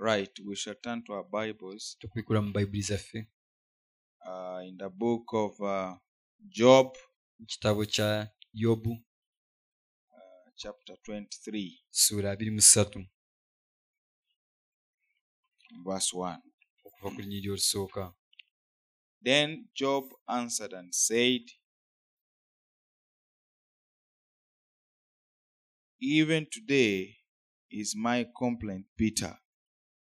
Right, we shall turn to our Bibles tukwigula mu bayibuli zaffe uh, in the book of uh, Job, mu kitabo kya yobu Uh, chapter 23, ssuula abiri mu ssatu verse 1. okuva ku linyiri olusooka Then Job answered and said, Even today is my complaint bitter.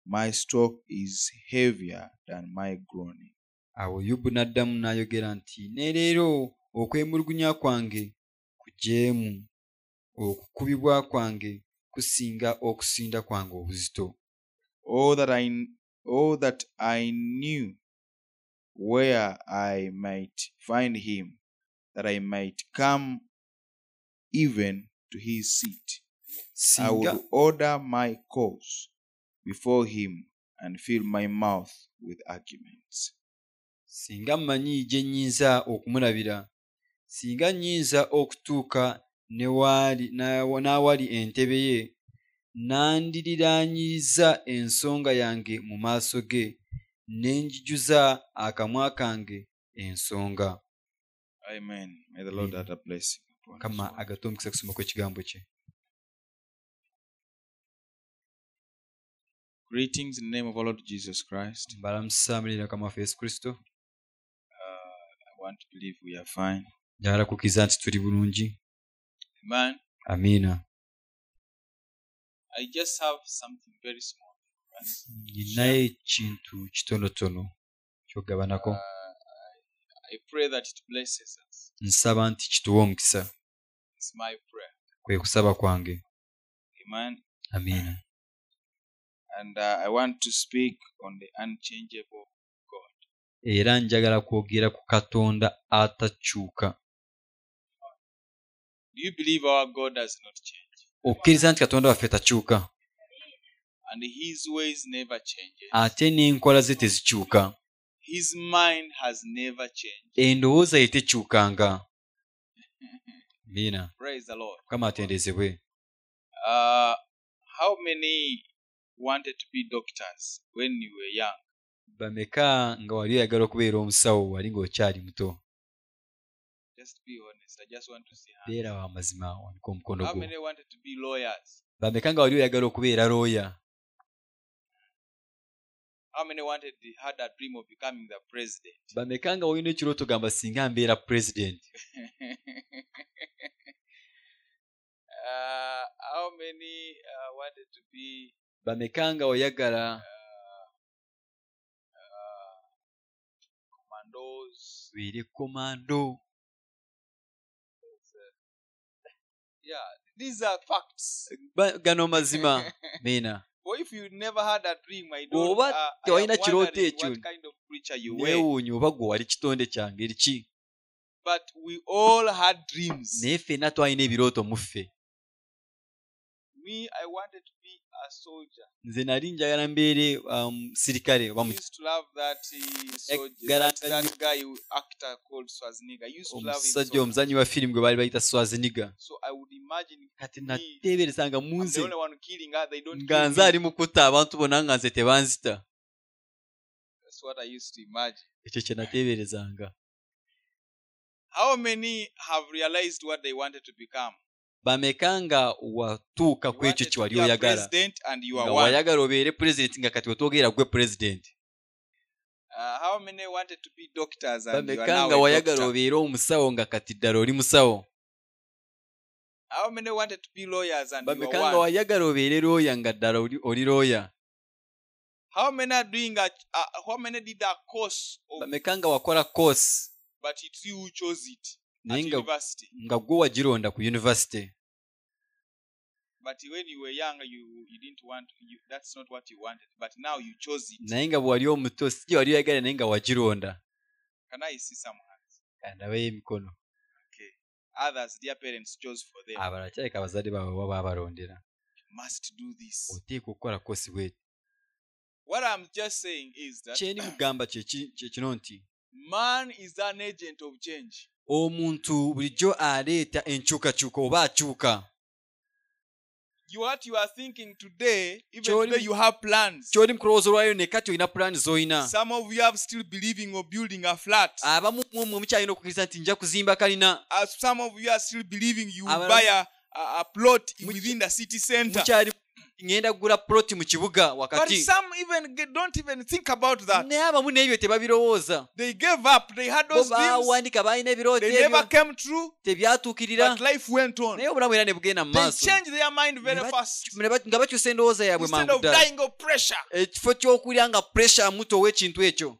My stroke is heavier than my groaning. awo yobu n'addamu n'ayogera nti ne leero okwemulugunya kwange kujeemu okukubibwa kwange kusinga okusinda kwange obuzito All that I all that I knew where I might find him, that I might come even to his seat. I singa will order my cause before him and fill my mouth with arguments. singa mmanyi gye nnyinza okumulabira singa nnyinza okutuuka ne waali- n'awa- n'awali entebe ye nandiriraanyiza ensonga yange mu maaso ge ne njijuza akamwa kange ensonga Amen. May the Lord Amen. add a blessing upon mukama us. agate omukisa kusoma kw'ekigambo kye Greetings in the name of our Lord Jesus Christ. mbalamusamirira mukama waffe yesu kristo I want to believe we are fine. njagala kukkiriza nti tuli bulungi Man, amiina I just have something very small for us. ninayo ekintu kitonotono kyogabanako I pray that it blesses us. nsaba nti kituwe omukisa It's my prayer. kwe kusaba kwange Amen. amiina And uh, I want to speak on the unchangeable. era njagala kwogera ku katonda atakyuka Do you believe our God does not change? okkiriza nti katonda waffe takyuka And his ways never change. ate n'enkola ze tezikyuka His mind has never changed. endowooza ye tekyukanga amiina Praise the Lord. mukama atendezebwe Uh, how many wanted to be doctors when you were young? bameka nga wali oyagala okubeera omusawo wali ng'okyali muto Just be honest. I just want to see how. beera wa mazima wanika omukono How gwo many wanted to be lawyers? bameka nga wali oyagala okubeera looya How many wanted had a dream of becoming the president? bameka nga walina ekirooto gamba singa mbeera pulezidenti uh, how many uh, wanted to be bameka nga oyagala uh, commandos? beere komando Yeah, these are facts. Ba- gano mazima meena But if you never had a dream, I don't. Bw'oba uh, I am tewalina kirooto wondering ekyo, what kind of preacher you were. neewuunya oba gwe wali kitonde kya ngeri ki But we all had dreams. naye ffenna twalina ebirooto mu ffe Me, I wanted to be a soldier. nze nali njagala mbeere um, sirikale oba I mu used to love that Eh, uh, soldier, that, Ekgaranta that nyo. guy who- actor called Schwarzenegger. I used to love him. omusajja So, much. omuzanyi Oh, wa firimu gwe baali bayita swaziniga so I would imagine kati me, nateeberezanga mu I'm nze the only one killing her. They don't. nga kill nze me. ali mukutta abantu bonna nga nze tebanzita That's what I used to imagine. ekyo kye nateeberezanga How many have realized what they wanted to become? bameka nga watuuka You ku ekyo wanted kye to wali be a oyagala president and you nga are one. wayagala obeere pulezidenti nga kati otwogera gwe pulezidenti Uh, how many wanted to be doctors and you are bameka now nga a wayagala doctor? obeere omusawo nga kati ddala oli musawo How many wanted to be lawyers and you bameka are one? nga wayagala obeere looya nga ddala oli- oli looya How many are doing a, uh, how many did a course of, bameka nga wakola course but it's you who chose it at naye nga, university? nga gwe wagironda ku university But when you were younger, you you didn't want you, that's not what you wanted. But now you chose it. naye nga bwe wali omuto si gye wali oyagala naye nga wagironda Can I see someone? kandabayo emikono Others, their parents chose for them. abalala kyaleka abazadde baabwe oba baabalondera Must do this. oteeka okukola kosi bweti What I'm just saying is that kyeni kugamba kyeki- kye kino nti man is an agent of change. omuntu bulijjo aleeta enkyukakyuka oba akyuka you, what you are thinking today, even Ky'oli- today you have plans. kyoli mu kulowooza olwayo nekka tyolina pulaani z'olina Some of you have still believing of building a flat. abamu mwe mukyalina okukkiriza nti nja kuzimba kalina Uh, some of you are still believing you will Abala- buy a, a, a plot Much- within the city center. mukyali ŋŋenda kugula ploti mu kibuga But wakati some even get, don't even think about that. naye abamu n'ebyo tebabirowooza They gave up. They had bo those dreams. baawanika balina ebirooto They never ebyo came true. tebyatuukirira But life went on. naye obulamu era ne bugenda mu They maaso changed their mind very Ne ba- fast. ne ba- nga bakyusa endowooza yaabwe Instead mangu of ddala dying of pressure, ekifo ky'okulya nga puresure mutowa ekintu ekyo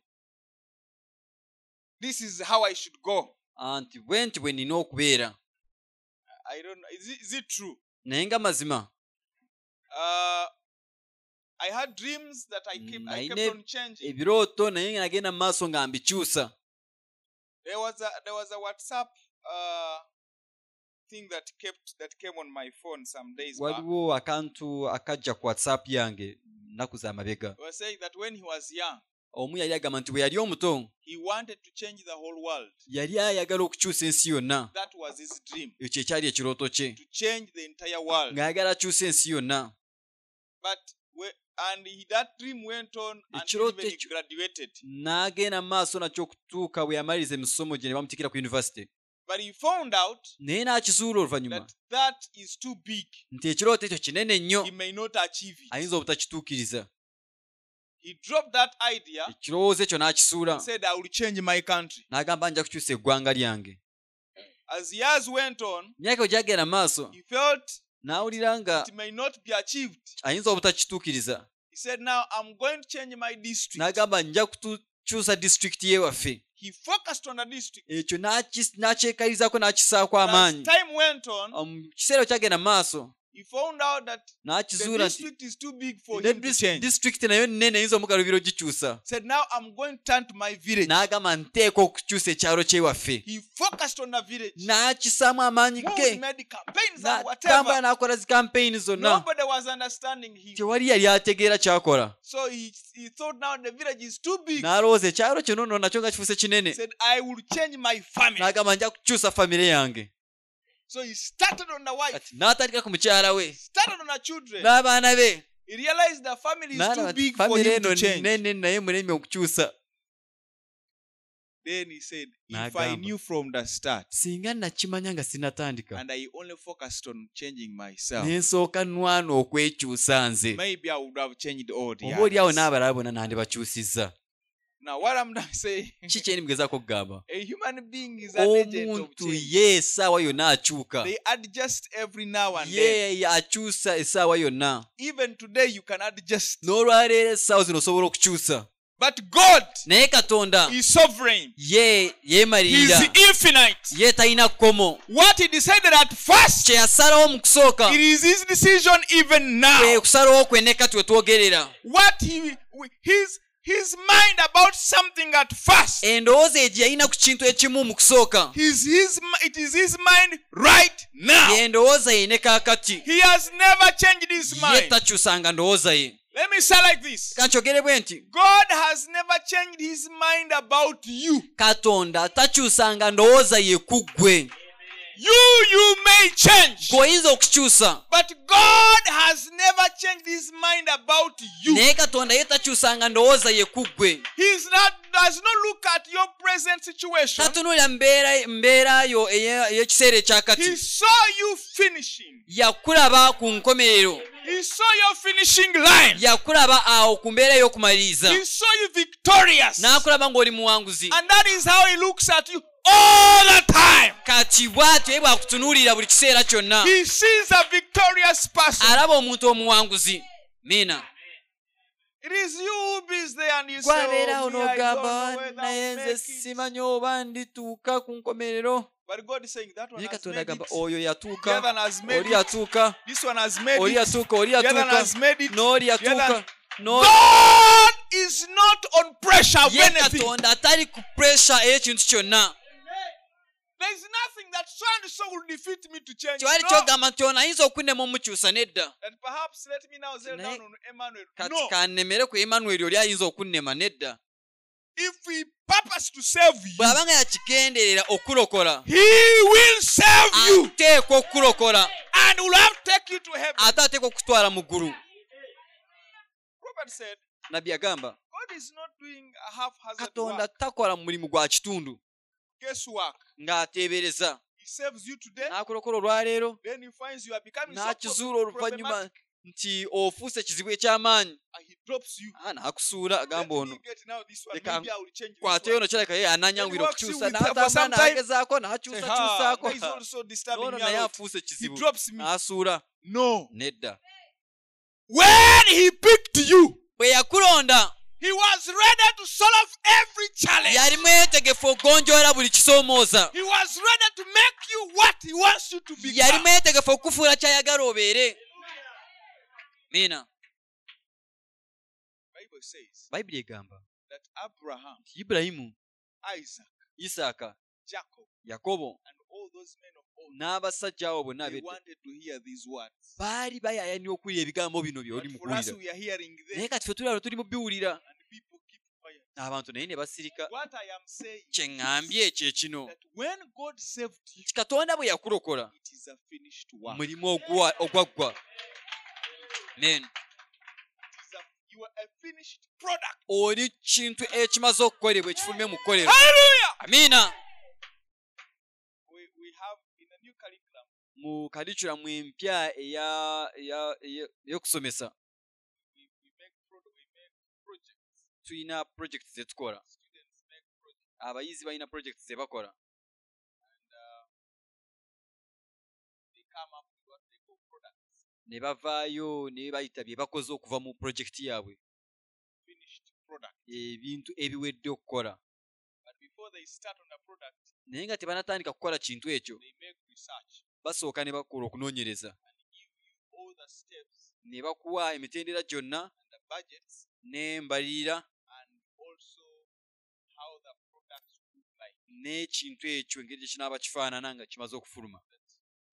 this is how I should go. anti bwe nti bwe nina okubeera I don't know. Is it, is it true? naye nga mazima Uh, I had dreams that I kept, I Naine- kept on changing. ebirooto naye nga nagenda mu maaso nga mbikyusa There was a there was a WhatsApp uh, thing that kept that came on my phone some days back. waliwo akantu akajja ku whatsapp yange nnaku zamabega They were saying that when he was young, omu yali agamba nti bwe yali omuto he wanted to change the whole world. yali ayagala okukyusa ensi yonna That was his dream ekyo kyekyali ekirooto kye to change the entire world. ng'ayagala akyusa ensi yonna But we, and he, that dream went on until Ekirooto even he ekyo- graduated. n'agenda mu maaso nakyo okutuuka bwe yamaliriza emisomo gye ne bamutikira ku yunivasite But he found out naye n'akizuula oluvannyuma that that is too big. nti ekirooto ekyo kinene nnyo He may not achieve it. ayinza obutakituukiriza He dropped that idea ekirowoozo ekyo n'akisuula and said, I will change my country. n'agamba nja kukyusa eggwanga lyange As years went on, emyaka gyo gyagenda mu maaso he felt n'awulira nga it may not be achieved. ayinza obutakituukiriza He said, Now I'm going to change my district. n'agamba nja kutukyusa disitulikiti yewaffe He focused on the district. ekyo n'aki- n'akyekalirizako n'akisaako But amaanyi As time went on, Omu kiseera bwe kyagenda mu maaso he found out that the n'akizuula nti district is too big for ne him to dis- change. He disitulikiti nayo nnene eyinza omugalubira ogikyusa said, Now I'm going to turn to my village. n'agamba nteeka okukyusa ekyalo kyewaffe He focused on the village. n'akisaamu amaanyi ge Moved, made campaigns and n'atambula whatever. n'akola zikampeeyini zonna Nobody was understanding him. tewali yali ategeera kyakola So he, he thought now the village is too big. n'alowooza ekyalo kyono nno nakyo nga kifuuse He kinene said, I will change my family. n'agamba nja kukyusa famire yange So he started on the wife, kati n'atandika ku mukyala we started on the children. n'abaana be He realized the family is N'alaba too nti big for famire him eno to change. nene naye mulemi okukyusa Then he said, If I N'agamba. knew from the start singa nakimanya nga sinatandika and I only focused on changing myself, ne nsooka nwana okwekyusa nze maybe I would have changed all the oba oliawo others." n'abalala bonna nandibakyusizza Now, what I'm not saying, ki kyendimugezaako okugamba a human being is an agent of omuntu change. ye essaawa yonna akyuka They adjust every now and then. ye akyusa essaawa yonna Even today, you can adjust. n'olwaleero essaawa zino osobola okukyusa But God naye katonda is sovereign, ye He yeemalirira is infinite. ye talina kukomo What He decided at first, kye yasalawo mu kusooka it is His decision even now. kwe kusalawo kwe ne kati we twogerera what he his his mind about something at first endowooza egyo yalina ku kintu ekimu mu kusooka his his mi- it is his mind right now ye ndowooza ye ne kaakati he has never changed his ye mind takyusanga ndowooza ye let me say like this ka nkyogere bwe nti god has never changed his mind about you katonda takyusanga ndowooza ye ku ggwe you you may change gweoyinza okukyusa but god has never changed his mind about you naye katonda ye takyusanga ndowooza ye ku ggwe he's not does not look at your present situation tatunuulira mbeera mbeera yo eye- ey'ekiseera he ekyakati saw you finishing yakulaba ku nkomerero he saw your finishing line yakulaba awo ku mbeera ey'okumaliriza He saw you victorious. And n'akulaba ng'oli muwanguzi that is how he looks at you all the time. kati bw'atyo ye bw'akutunuulira buli kiseera kyonna He sees a victorious person. alaba omuntu omuwanguzi miina It is you who is there and you say, gwabeerawo oh, me, I don't n'ogamba know whether naye I'll nze make it. simanyi oba ndituuka ku nkomerero But God is saying that one naye has katonda made agamba it. oyo The other one yatuuka has made oli it. yatuuka This one has made oli it. yatuuka oli The other one yatuuka has made it. n'oli The other- yatuuka n'oli- God is not on pressure of ye anything. katonda atali ku puresha ey'ekintu kyonna There is nothing that so and so will defeat me to change. tewali No. kyogamba nti ono ayinza okunnema omukyusa nedda That perhaps let me now zero Naye- down on Emmanuel. kati No. kannemere ku emmanuel oli ayinza okunnema nedda if we purpose to save you, bw'aba nga yakigenderera okulokola He will save you ateekwa okukulokola and will have to take you to heaven. ate ateekwa okukutwala mu ggulu Prophet said, nabbi agamba God is not doing a half-hazard katonda work. takola mu mulimu gwa kitundu guesswork. ng'ateebereza He saves you today, n'akulokola olwaleero then he finds you are becoming so n'akizuula oluvannyuma problematic, nti ofuuse ekizibu eky'amaanyi and he drops you. Ah, n'akusuula agamba Let ono me get now this one. Leka Maybe I will change this one. kwateyo nokirabika ye ananyawira Then he walks okukyusa you with- for n'atambula some time, n'agezaako Say, "Ha, n'akyusakyusaako why is all so disturbing n'ono me a naye lot?" afuuse He ekizibu drops me. n'asuula No. nedda When he picked you, bwe yakulonda he was ready to solve every challenge. yali mwetegefu ogonjoola buli kisoomooza He was ready to make you what he wants you to yali become. mwetegefu okukufuula kyayagala obeere mina Bible says bayibuli egamba that Abraham, nti ibulayimu Isaac, isaaka Jacob, yakobo and all those men of old, n'abasajja abo bonna they abedda wanted to hear these words. baali bayayanira okuwulira ebigambo bino But byoli for us, mukuwulira we are hearing them, naye kati ffe tulano tuli mu biwulira and people keep quiet. abantu naye ne basirika What I am saying kye ŋŋambye ekyo kino that when God saved you, Kati katonda bwe yakulokola it is a finished work. mulimu ogwa- ogwaggwa men It is a- you are a finished product. oli kintu ekimaze okukolebwa ekifulumye mu kukolera Hallelujah! amiina We, we have in the new curriculum, mu kalikulamu empya eya- eya- eya- ey'okusomesa we, we make pro- we make projects. tulina projects zetukola Students make projects. abayizi balina projects zebakola They come up with what they call products. ne bavaayo ne bayita bye bakoze okuva mu projekiti yaabwe Finished product. ebintu ebiwedde okukola But before they start on a product, naye nga tebanatandika kukola kintu ekyo they make research. basooka ne bakola okunoonyereza All the steps, ne bakuwa emitendera gyonna the budgets, n'embalirira and also how the products look like. n'ekintu ekyo engeri gye kinaaba kifaanana nga kimaze okufuluma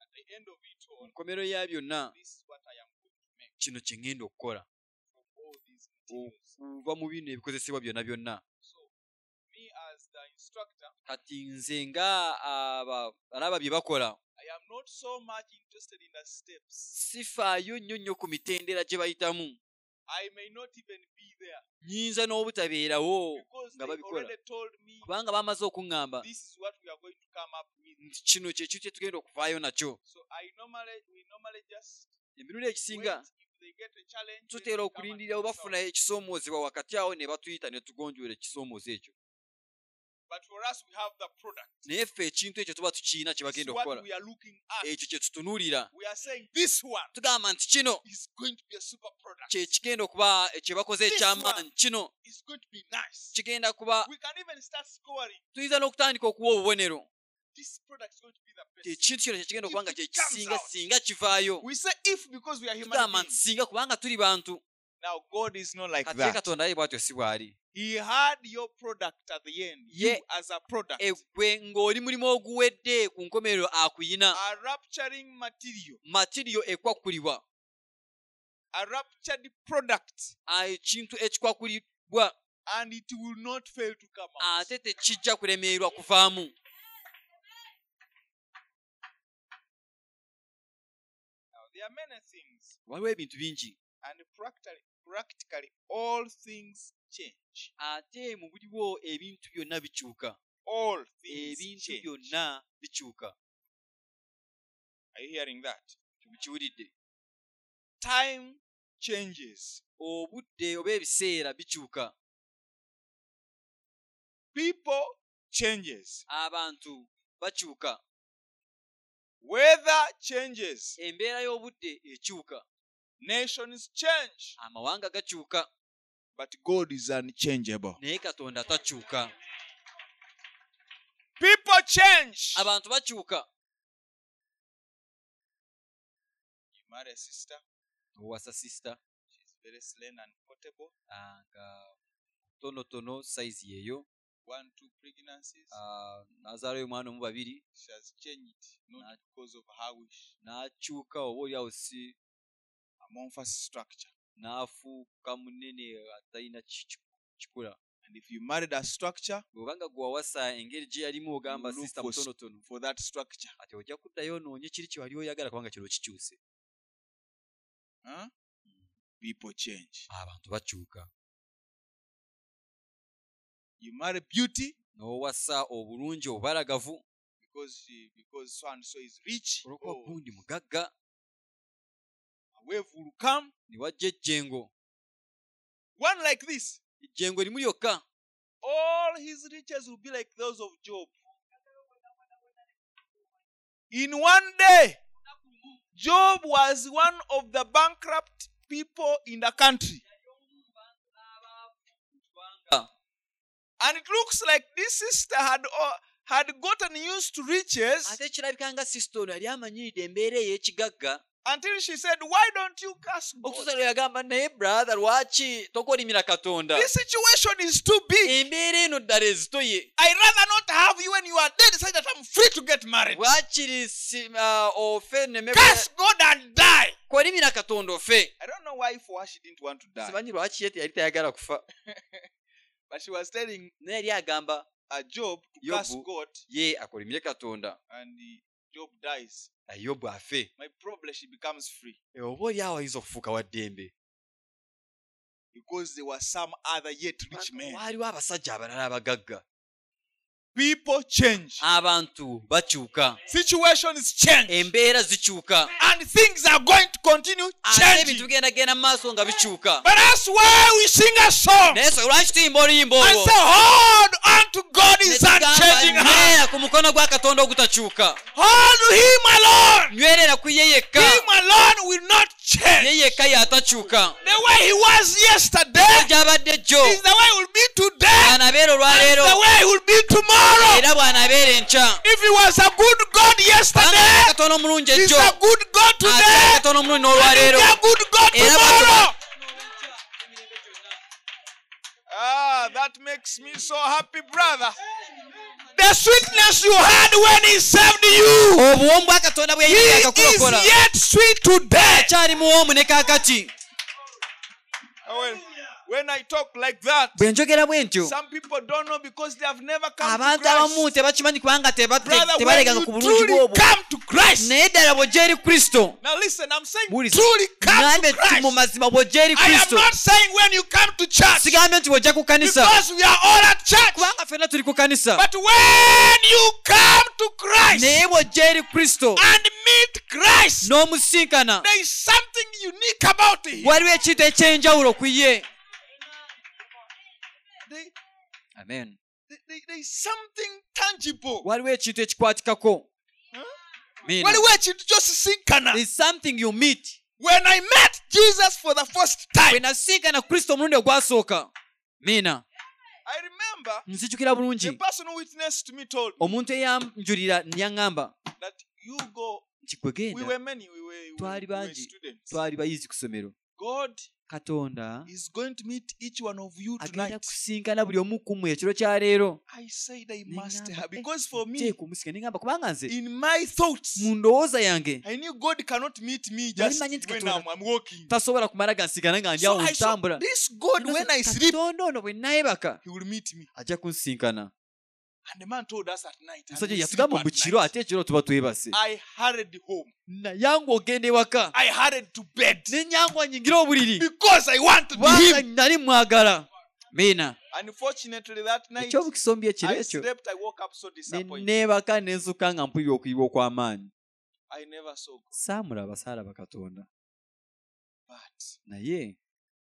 At the end of it all, nkomero ya byonna this is what I am going to make kino kye ŋŋenda okukola from all these materials. kuva mu bino ebikozesebwa byonna byonna So, me as the instructor, kati nze nga aba- alaba bye bakola I am not so much interested in the steps. sifaayo nnyo nnyo ku mitendera gye bayitamu I may not even be there nnyinza n'obutabeerawo because they Nga babikola. already told me kubanga bamaze okuŋŋamba this is what we are going to come up with. nti kino kyekintu kye tugenda okuvaayo nakyo So I normally we normally just emirundi egisinga wait if they get a challenge. then tutera we come and okulindira bwe do it bafuna ourselves. ekisoomozebwa wakati awo ne batuyita ne tugonjoola ekisoomoozo ekyo But for us we have the product. naye ffe ekintu ekyo tuba tukirina kye This is bagenda okukola what we are looking at. ekyo kye tutunuulira We are saying this one tugamba nti kino is going to be a super product. kye kigenda okuba kye bakoze This ekyamaanyi kino It's going to be nice. kigenda kuba We can even start scoring. tuyinza n'okutandika okuwa obubonero This product is going to be the best. ekintu kino kye kigenda okuba nga If kye it comes kisinga out. singa kivaayo We say if because we are human tugamba nti beings. singa kubanga tuli bantu Now God is not like kati ye that. katonda ye bwatyo si bw'ali He had your product at the end. Ye- e- You as a product egwe ng'oli mulimu oguwedde ku nkomerero akuyina a rapturing material, matiriyo ekwakulibwa a raptured product, ah, ekintu ekikwakulibwa and it will not fail to come out. ate tekijja kulemererwa kuvaamu Now, there are many things, waliwo ebintu bingi and practically, practically all things change. ate mu buliwo ebintu byonna bikyuka All things ebintu change. byonna bikyuka Are you hearing that? mukiwulidde Time changes. obudde oba ebiseera bikyuka People changes. abantu bakyuka Weather changes. embeera y'obudde ekyuka Nations change. amawanga gakyuka But God is unchangeable. naye katonda takyuka People change. abantu bakyuka You marry a sister. owasa sisita She's very slim and portable. Ah, nga tonotono sayizi yeeyo One, two pregnancies. ah, n'azaalayo omwana omu babiri she has changed, not Not- because of her wish. n'akyuka oba oliawo si Amorphous structure. n'afuuka munene atalina ki- ki- kikula And if you married a structure, bw'obanga gwe wawasa engeri gye yalimu ogamba Look sisita for s- mutonotono for that structure, kati ojja kuddayo onoonye kiri kye wali oyagala kubanga kino kikyuse huh? people change. abantu bakyuka You marry beauty n'owasa obulungi obubalagavu because she, because so and so is rich. Oh. olwokuba or gundi mugagga a wave will come. ne wajja ejjengo One like this. ejjengo erimu lyokka All his riches will be like those of Job. In one day, Job was one of the bankrupt people in the country. And it looks like this sister had uh, had gotten used to riches ate kirabika nga sisita ono yali amanyiride embeera ey'ekigagga until she said, Why don't you curse okutuusa God? lwe yagamba naye brother lwaki tokolimira katonda This situation is too big. embeera eno ddala ezitoye I rather not have you when you are dead, so that I'm free to get married. bwakiri si- ah, ofe nneme- Curse God and die. kolimira katonda ofe I don't know why for her she didn't want to die. simanyi lwaki ye yali tayagala kufa But she was telling naye yali agamba uh, Job to Yobu. curse God, ye akolimire katonda and uh, Job dies. naye yobu afe My problem, she becomes free. E, oba oli awo ayinza okufuuka wa ddembe Because there were some other yet rich men. waaliwo abasajja abalala abagagga People change. Ah. abantu bakyuka Situations change. embeera zikyuka And things are going to continue ate changing. ebintu bigendagenda mu maaso nga bikyuka But that's why we sing a song naye so lwaki tuyimba oluyimba and olwo say, Hold on to God is Ne tugamba, unchanging hand. "Nywera ku mukono gwa katonda ogutakyuka Hold Him alone. nywerera ku ye yekka Him alone will not ye change. yekka y'atakyuka The way He was yesterday gy'abadde jjo is the way He will be today. bw'anabeera And olwaleero the way He will be tomorrow. era bw'anabeera enkya If He was a good God Bw'anabeera yesterday, katono omulungi He's ejjo a good God ate today. katono And omulungi n'olwaleero He's a good God Era bwe tomorrow. Ah, that makes me so happy, brother. The sweetness you had when He saved you. obuwomu bwa katonda bwe He yayinzaga is kulokola yet sweet today. akyali muwoomu ne kaakati When, Ah, when I talk like that, bwe njogera bwe ntyo some people don't know because they have never come to abantu abamu Christ. tebakimanyi kubanga teba- te- Brother, when tebalekanga ku you bulungi truly bwobwo come to Christ. naye ddala bw'ojja eri kristo Now listen, I'm saying Who is- truly come nambe to ti mu Christ. mazima bw'ojja eri I am kristo not saying when you come to church sigambye nti bw'ojja ku kanisa because we are all at church. kubanga ffenna tuli ku kanisa But when you come to Christ naye bw'ojja eri kristo and meet Christ, n'omusinkana there is something unique about him. waliwo ekintu ekyenjawulo ku ye There- amen there- there- there is something tangible. waliwo ekintu ekikwatikako Mina. Waliwo ekintu ky'osisinkana. There's something you meet When I met Jesus for the first bwe time, nasinkana kristo omulundi ogwasooka miina I remember nzijukira the bulungi person who witnessed to me told me omuntu eyanjulira yaŋŋamba that you go. nti gwe We genda were many, we were, we were, Twali we were bangi. students. twali bayizi ku ssomero God katonda is going to meet each one of you agenda tonight. kusinkana buli omu kumwe ekiro kya leero I said I Ne must ŋŋamba, have, "Eh, because for me, nteeka omusika ne ŋŋamba kubanga nze in my thoughts, mu ndowooza yange I knew God cannot meet me Nali just manyi nti when Katonda- I'm, I'm walking. tasobola kumala gansinkana nga ndi So awo I saw ntambula this God, when I sleep, katonda ono bwe nnaayebaka He will meet me. ajja kunsinkana And the man told us at night. and musajja we yatugamba sleep mu at kiro night. ate ekiro tuba twebase I hurried home. nayangu ogenda ewaka I hurried to bed nenyangu anyingira obuliri because I wanted kubanga him. nali mwagala mina Unfortunately, that night, ekyobukisombi ekiro I ekyo slept, I woke up so ne disappointed. neebaka ne nzuka nga mpulira okuyiba okw'amaanyi I never saw God. saamulaba saalaba katonda But naye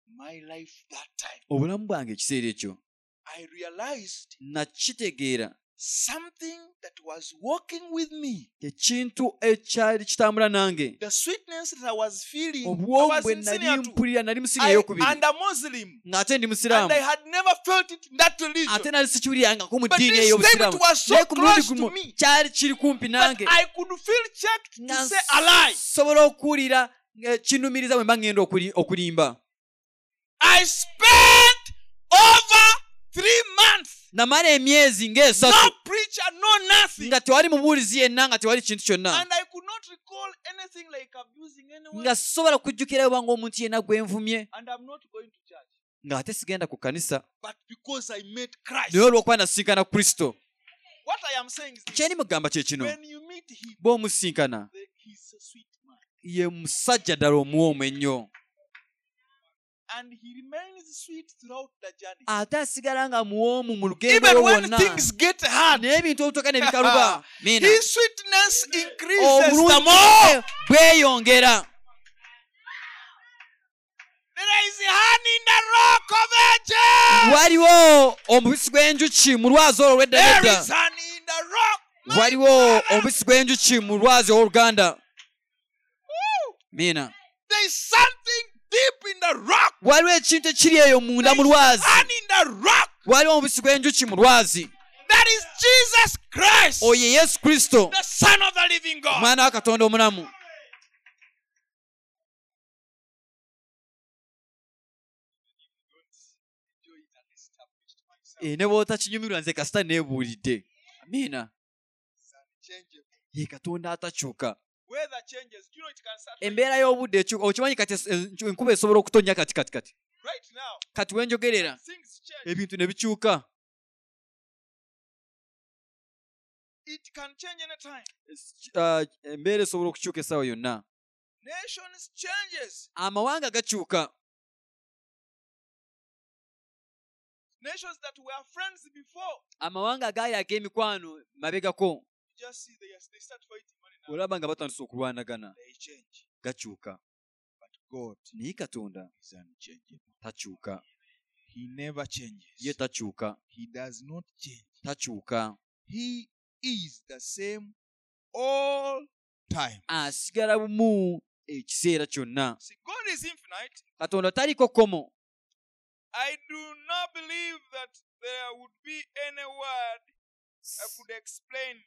my life that time, obulamu bwange ekiseera ekyo I realized nakitegeera something that was walking with me. ekintu ekyali kitambula nange The sweetness that I was feeling, I obwomu was bwe in nali senior two. mpulira nali musini I, eyokubiri and a Muslim. ng'ate ndi musiraamu And I had never felt it in that ate religion. nali sikiwulyirangako mu But ddiini this time ey'obusiraamu it was so naye ku mulundi close gumu to me kyali kiri kumpi that nange I could feel checked to nga say alive. nsobola okuwulira eh, kinnumiriza bwe mba ŋŋenda okuli- okulimba I spent over three months. namala emyezi ng'esatu No preacher, no nothing. nga tewali mubuulizi yenna nga tewali kintu kyonna And I could not recall anything like abusing anyone. nga sobola kujjukira oba ng'omuntu yenna gwe nvumye And I'm not going to church. ng'ate sigenda ku kanisa but because I met Christ. naye olw'okuba nasinkana kristo What I am saying is kye this, ndi mugamba kye kino when you meet him, bw'omusinkana the- he's a sweet man. ye musajja ddala omuwoomu ennyo And he remains sweet throughout the journey. ate asigala nga muwoomu mu lugendo lwo Even when lwonna things get hard, naye ebintu obutooka ne Ah, bikaluba mina his sweetness Oh, increases the obulungi more. bwe bweyongera There is honey in the rock of ages. waliwo omubisi gw'enjuki mu lwazi olwo lwedda There nedda is honey in the rock. waliwo omubisi gw'enjuki mu lwazi olwoluganda mina There is something deep in the rock. waliwo ekintu ekiri eyo munda mu lwazi Honey in the rock. waliwo omubisi gw'enjuki mu lwazi That is Jesus Christ, oyo ye yesu kristo the Son of the living God. omwana wa katonda omulamu Eh, ne bw'otakinyumirwa nze kasita neebuulidde amiina ye katonda atakyuka Weather changes. Do you know it can start embeera y'obudde ekyuka okimanyi kati es- en- enkuba esobola okutonya kati kati kati right now? kati wenjogerera Things change. ebintu ne bikyuka It can change anytime. Es- ah, embeera esobola okukyuka essaawa yonna Nations changes. amawanga gakyuka Nations that were friends before, amawanga gaali ag'emikwano mabegako you just see they, they start fighting one another. olaba nga batandise okulwanagana They change. gakyuka God naye katonda is unchangeable. takyuka He never changes. ye takyuka He does not change. takyuka He is the same all time. asigala bumu ekiseera kyonna See, God is infinite. katonda taliko kkomo I do not believe that there would be any word that could explain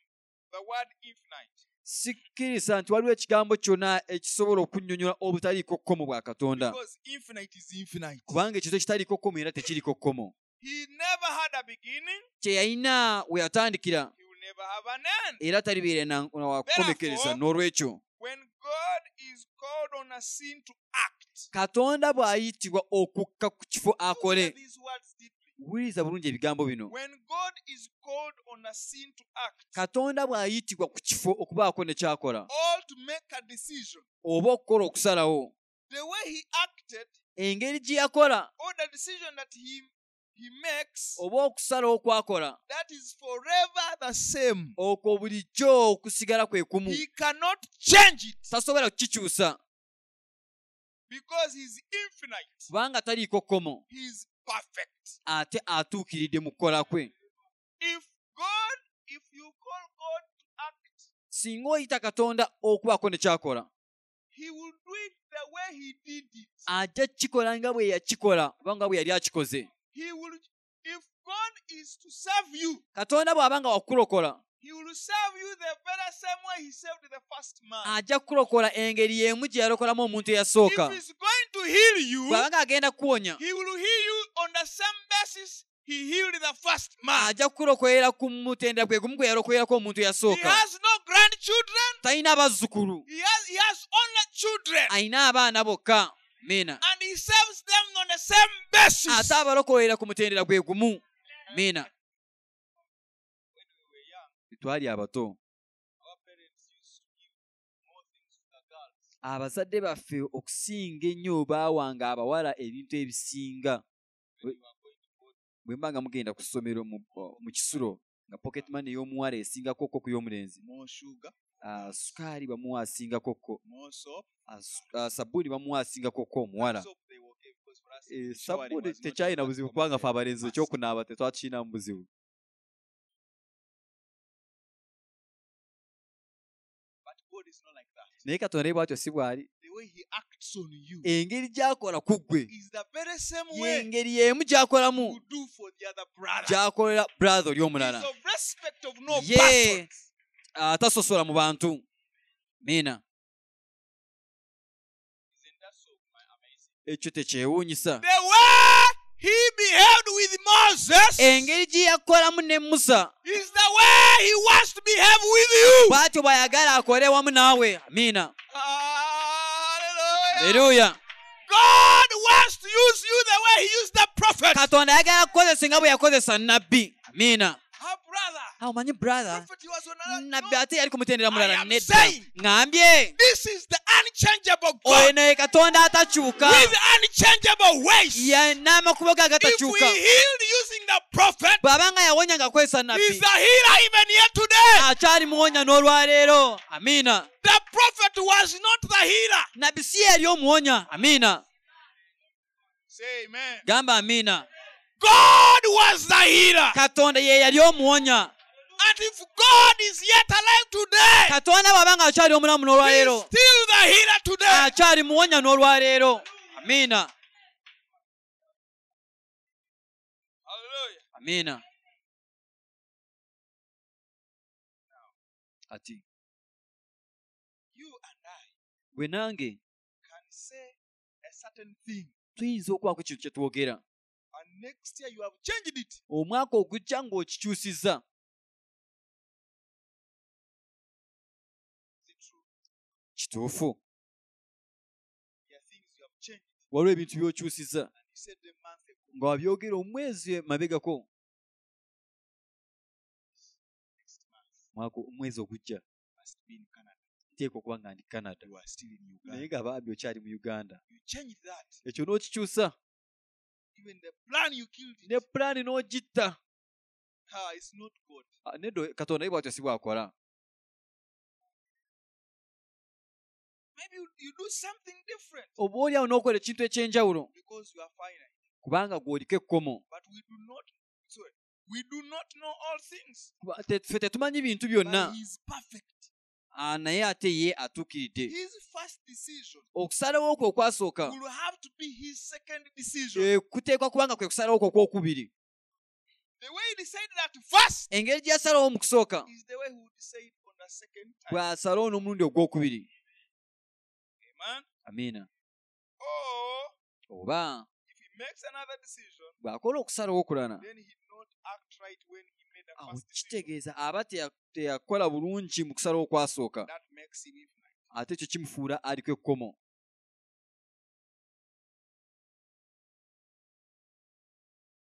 the word infinite. sikkiriza nti waliwo ekigambo kyonna ekisobola okunnyonnyola obutaliiko kkomo bwa katonda Because infinite is infinite. kubanga ekintu ekitaliiko kkomo era tekiriko kkomo He never had a beginning, kye yalina we yatandikira he will never have an end. era talibeere na- na wakukomekereza n'olwekyo When God is called on a sin to act, katonda bw'ayitibwa okukka ku kifo akole look at these words deeply. wuliriza bulungi ebigambo bino When God is called on a sin to act, katonda bw'ayitibwa ku kifo okubaako ne kyakola all to make a decision. oba okukola okusalawo The way he acted, engeri gye yakola or the decision that he he makes, oba okusalawo kwakola that is forever the same. okwo bulijjo okusigala kwe kumu He cannot change it tasobola kukikyusa because he's infinite. kubanga taliiko kkomo He's perfect. ate atuukiridde mu kukola kwe If God, if you call God to act, singa oyita katonda okubaako ne kyakola he will do it the way he did it. ajja kukikola nga bwe yakikola oba nga bwe yali akikoze He will if God is to serve you, katonda bw'aba nga wakulokola he will serve you the very same way he served the first man. ajja kukulokola engeri y'emu gye yalokolamu omuntu eyasooka If he's going to heal you, bw'aba ng'agenda kukuwonya He will heal you on the same basis he healed the first man. ajja kukulokolera ku mutendera gwe gumu gwe yalokolerako omuntu He eyasooka has no grandchildren. talina bazzukulu He has, he has only children. alina abaana bokka mina And he serves them on the same basis. ate abalokolera ku mutendera gwe gumu mina twali abato abazadde baffe okusinga ennyo baawanga abawala ebintu ebisinga Bwe- bwe mba nga mugenda ku ssomero mu mu kisulo nga pocket money ey'omuwala esingakokko ku y'omulenzi More sugar, Ah, sukaali bamuwa asingakokko more soap. Ah, su- ah, sabbuuni bamuwa asingakokko omuwala Soap they will give because for us, Eh, showering sabbuuni was not tekyalina a buzibu common kubanga fe abalenzi practice. ekyokunaaba tetwakirinamu buzibu But God is not like that. naye katonda ye bwatyo si bw'ali The way he acts on you engeri gy'akola ku ggwe is the very same way yengeri y'emu gy'akolamu you do for the other brother. gy'akolera brother oli omulala He's of respect of no Ye- person. Ah, tasosola mu bantu mina ekyo tekyewuunyisa The way he behaved with Moses engeri gye yakolamu ne musa is the way he wants to behave with you. bw'atyo bw'ayagala akole wamu naawe amiina Hallelujah. leruuya God wants to use you the way He used the prophet. katonda ayagala kukozesa nga bwe yakozesa nabbi amiina Her brother. awo manyi brother Prophet was on another. nabbi ate yali ku mutendera I mulala am nedda saying- ŋŋambye This is the unchangeable oyo God naye katonda atakyuka with unchangeable ways. ye n'amakubo ge If we agatakyuka healed using the prophet, bw'aba nga yawonya nga kozesa He's nabbi the healer even yet today. akyali muwonya n'olwaleero amiina The prophet was not the healer. nabbi si yali omuwonya amiina Say amen. gamba amiina God was the healer. katonda ye yali omuwonya And if God is yet alive today, katonda bw'aba nga akyali He's omulamu n'olwaleero still the healer today. akyali muwonya n'olwaleero amiina Hallelujah. amiina ati You and I gwe nange can say a certain thing, tuyinza okubaako ekintu kye twogera and next year you have changed it. omwaka ogujja ng'okikyusizza kituufu There are things you have changed. waliwo ebintu by'okyusizza And you said a month ago. nga wabyogera omwezi mabegako Next month mwaka omwezi ogujja must be in Canada. nteeka okuba nga ndi canada You are still in naye Uganda. nga bambi okyali mu uganda You changed that. ekyo n'okikyusa Even the plan you killed ne it. pulaani n'ogitta Ah, it's not God. Ah, nedda katonda ye bwatyo si bw'akola Maybe you, you do something different obaoliawo n'okola ekintu ekyenjawulo because you are finite. kubanga gw'oliko ekkomo But we do not. Sorry. We do not know all things. Kuba te- ffe tetumanyi bintu But byonna He is perfect. Ah, naye ate ye atuukiridde His first decision okusalawo kwe okwasooka will have to be his second decision. kye kuteekwa kubanga kwe kusalawo kwe okwokubiri The way he decided at first engeri gye yasalawo mu kusooka is the way he would decide on the second time. bw'asalawo n'omulundi ogwokubiri Amen. amiina Or oba if he makes another decision, bw'akola okusalawo okulana then he did not act right when he made the awo first decision. kitegeeza aba teya- teyakola bulungi mu kusalawo okwasooka That makes him infinite. ate ekyo kimufuula aliko ekkomo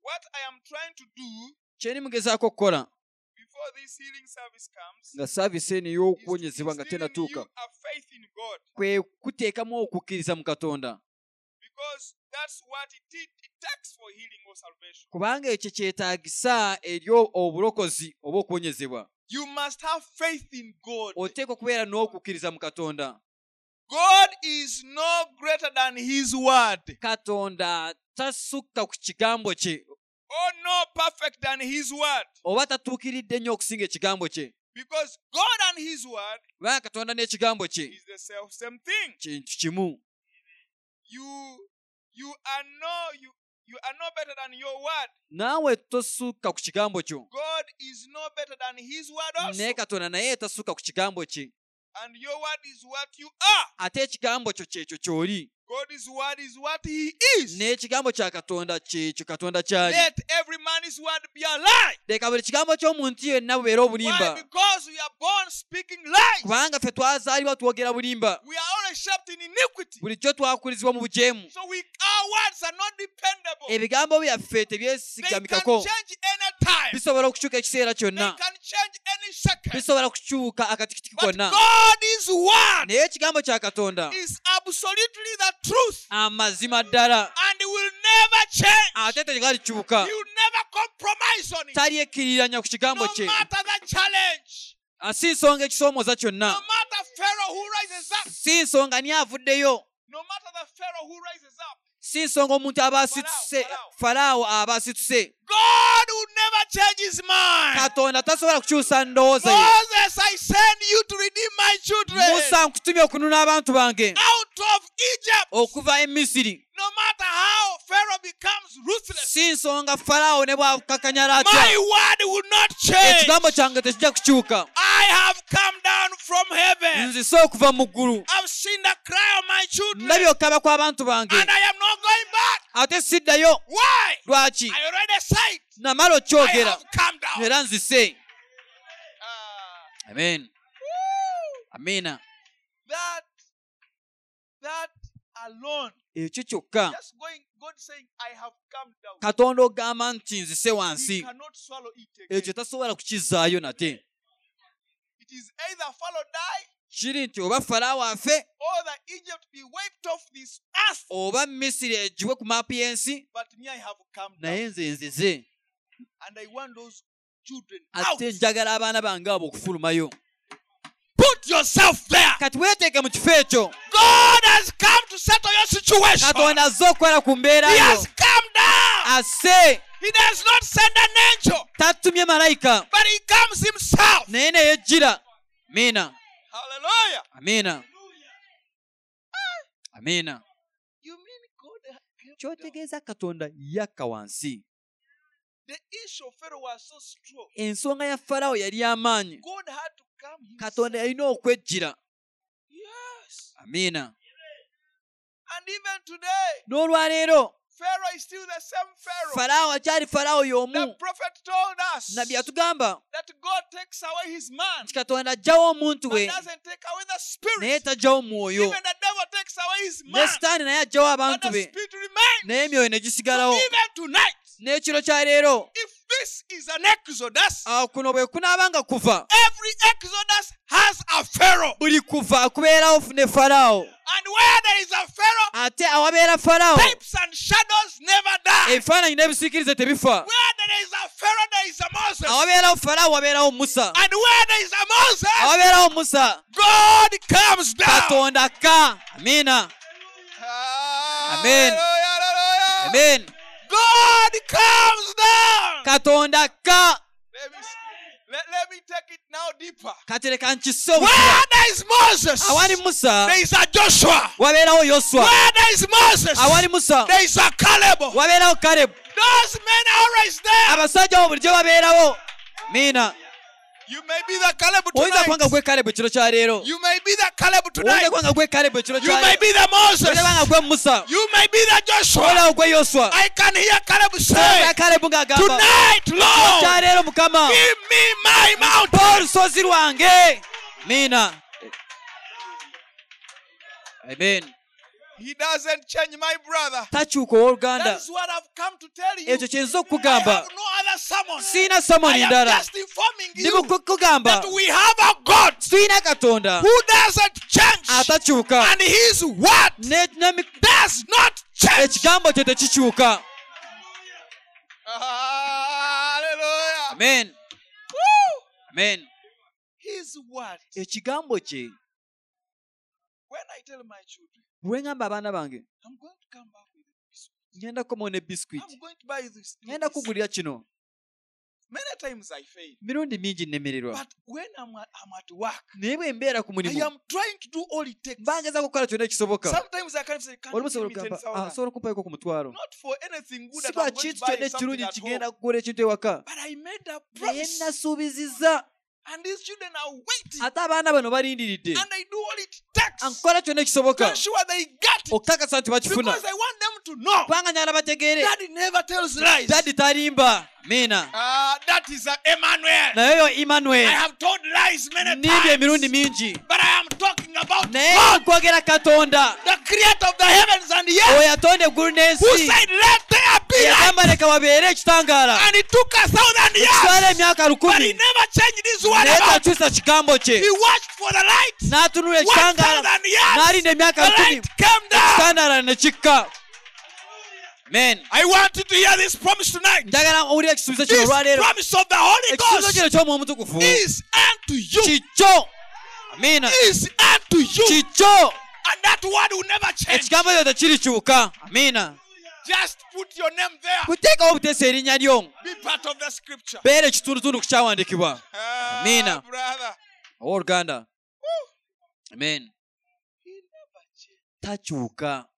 What I am trying to do kye ndimugezaako okukola before this healing service comes nga is saaviisi eno to ey'okuwonyezebwa nga instill in tennatuuka you a faith in God kwe kuteekamu okukkiriza mu katonda because that's what it, it, it takes for healing or salvation. kubanga ekyo kyetaagisa eri obulokozi oba okuwonyezebwa You must have faith in God. oteekwa okubeera n'okukkiriza mu katonda God is no greater than His word, katonda tasukka ku kigambo kye or Oh, no perfect than His word. oba tatuukiridde nnyo okusinga ekigambo kye Because God and His word kubanga katonda n'ekigambo kye is the self same thing. kintu kimu You you are no you you are no better than your word. naawe tosukka ku kigambo kyo God is no better than His word also, naye katonda naye tasukka ku kigambo kye and your word is what you are. ate ekigambo kyo kyekyo ky'oli God's word is what He is. n'ekigambo kya katonda kyekyo katonda kyali Let every man's word be a lie. leka buli kigambo ky'omuntu yenna bubeere obulimba Why? Because we are born speaking lies. kubanga ffe twazaalibwa twogera bulimba We are always shaped in iniquity. bulijjo twakurizibwa mu bujeemu So we, our words are not dependable. ebigambo byaffe They can tebyesigamikako change any time. bisobola okukyuka ekiseera They kyonna can change any second. bisobola kukyuka akatikitiki But konna God is one. naye ekigambo kya katonda Is absolutely the truth. amazima ddala And it will never change. ate tegalikyuka You never compromise on it. talyekkiririranya ku kigambo No kye Ah, matter the challenge. si nsonga ekisoomooza No kyonna matter Pharaoh who rises up. si nsonga ni avuddeyo No matter the Pharaoh who rises up. si nsonga omuntu aba asituse falaawo aba asituse God will never change his mind. katonda tasobola kukyusa ndowooza ye Moses, I send you to redeem my children musa nkutumye okununa abantu bange out of Egypt. okuva e misiri No matter how Pharaoh becomes ruthless, si nsonga falaawo ne bwakakanyala atya my word will not change. ekigambo kyange tekijja kukyuka I have come down from heaven. nzise okuva mu ggulu I've seen the cry of my children, ndabye okukaba kw'abantu bange and I am not going back. ate siddayo Why? lwaki I already said namala I okyogera have come down. era nzise Ah, amen amiina that that alone. ekyo kyokka Just going, God saying, I have come down. katonda ogamba nti nzise He wansi cannot swallow it ekyo again. tasobola kukizzaayo nate It is either follow die kiri nti oba falaawo afe or the Egypt be wiped off this earth. oba misiri egiwe ku maapu y'ensi But me, I have come down. naye nze nzize And I want those children out. ate njagala abaana bange abo okufulumayo Put yourself there. kati weeteeke mu kifo ekyo God has come to settle your situation. katonda azze okukola ku mbeera He yo has come down. ase He does not send an angel, tatumye malayika but he comes himself. naye neyejjira amiina Hallelujah. amiina amiina You mean God came down? kyotegeeza katonda yakka wansi The issue of Pharaoh was so strong. ensonga ya falawo yali y'amaanyi God had to come himself. katonda yalina okwejjira Yes. amiina And even today, n'olwaleero Pharaoh is still the same Pharaoh. falawo akyali falawo The y'omu prophet told us nabbi yatugamba that God takes away his man nti katonda ajjawo omuntu but we doesn't take away the naye spirit. tajjawo mwoyo Even the devil takes away his ne man sitaani naye ajjawo but abantu the be spirit remains. naye emyoyo ne gisigalawo Even tonight, n'ekiro kya leero if this is an exodus, awo kuno bwe kunaabanga kuva every exodus has a Pharaoh. buli kuva kubeerawo ne falaawo And where there is a Pharaoh, ate awabeera falaawo types and shadows never die. ebifaananyi n'ebisiikirize tebifa Where there is a Pharaoh, there is a Moses. awabeerawo falaawo wabeerawo musa And where there is a Moses, awabeerawo musa God comes down. katonda ka amiina Amen. Hallelujah, hallelujah. amen God comes down. katonda ka Let me, s- let, let me take it now deeper. katereka nkise Where there is Moses, awali musa there is a Joshua. wabeerawo yoswa Where there is Moses, awali musa there is a Caleb. wabeerawo kalebu Those men are always there. abasajja abo bulijjo babeerawo miina You may be the Caleb oyinza tonight. kubanga gwe kalebu ekiro kya leero You may be the Caleb oyinza tonight. kubanga gwe kalebu ekiro You may kya be the oyinza Moses. kubanga gwe musa You may be the Joshua. obeerawo gwe yoswa I can hear Caleb say, Kabaka kalebu ng'agamba Tonight, Lord, kyaleero mukama give me my mountain. mpa olusozi lwange miina amen He doesn't change my brother. takyuka owooluganda That is what I've come to tell you. ekyo kye nza I have okukugamba no other summon. siina I samoni am ndala just informing ndi you mukukugamba that we have a God tuyina katonda who doesn't change atakyuka and His word Ne- n'emi- does not change. ekigambo kye tekikyuka Hallelujah. amen amen His word. ekigambo kye When I tell my children, bwe ngamba abaana bange I'm going to come back with this. ngenda kukomawo ne I'm biskwiti going to buy this. do ngenda this. kugulira kino Many times I fail. mirundi mingi nnemererwa But when I'm at, I'm at work, naye bwe mbeera ku I mulimu am trying to do all it takes. bangezaako kukola kyonna ekisoboka Sometimes I can't say, can't olumu you sobola give me okugamba 10,000? "Ah, sobola okumpayiko ku mutwalo Not for anything good that si lwa I'm going kintu to buy kyonna something ekirungi at kigenda home. kugula ekintu ewaka But I made a naye promise. nasuubiziza And these children are waiting. ate abaana bano balindiridde And I do all it takes. nkukola kyonna To ekisoboka ensure they get it. okutakasa nti bakifuna Because I want them to know. kubanga nyala bategeere Daddy never tells lies. dadi talimba miina Ah, that is a Emmanuel. naye yo I imanuel have told lies many nimbye emirundi times. mingi But I am talking about naye nkwogera katonda the creator of the heavens and the earth oyo yatonda eggulu who n'ensi said, Let there be light. yagamba leka wabeere ekitangaala And it took a thousand kitwala years. emyaka But he lukumi never changed his word naye about takyusa kigambo He kye watched for the light. n'atunula One ekitangaala thousand years. n'alinda The emyaka lukumi light came down. kitandaala ne kikka men I want you to hear this promise tonight. njagala owulira ekisuubizo kino This olwalero promise of the Holy ekisuubizo Ghost kino ky'omwoyo omutukuvu is unto you. kikyo amiina Is unto you. kikyo And that word will never change. ekigambo ekyo tekirikyuka amiina Just put your name there. kuteekawo obuteesa erinnya lyo Be part of the scripture. beera ekitundutundu ku kyawandiikibwa Ah, Amina. brother. Oh, owooluganda amen He never changed. takyuka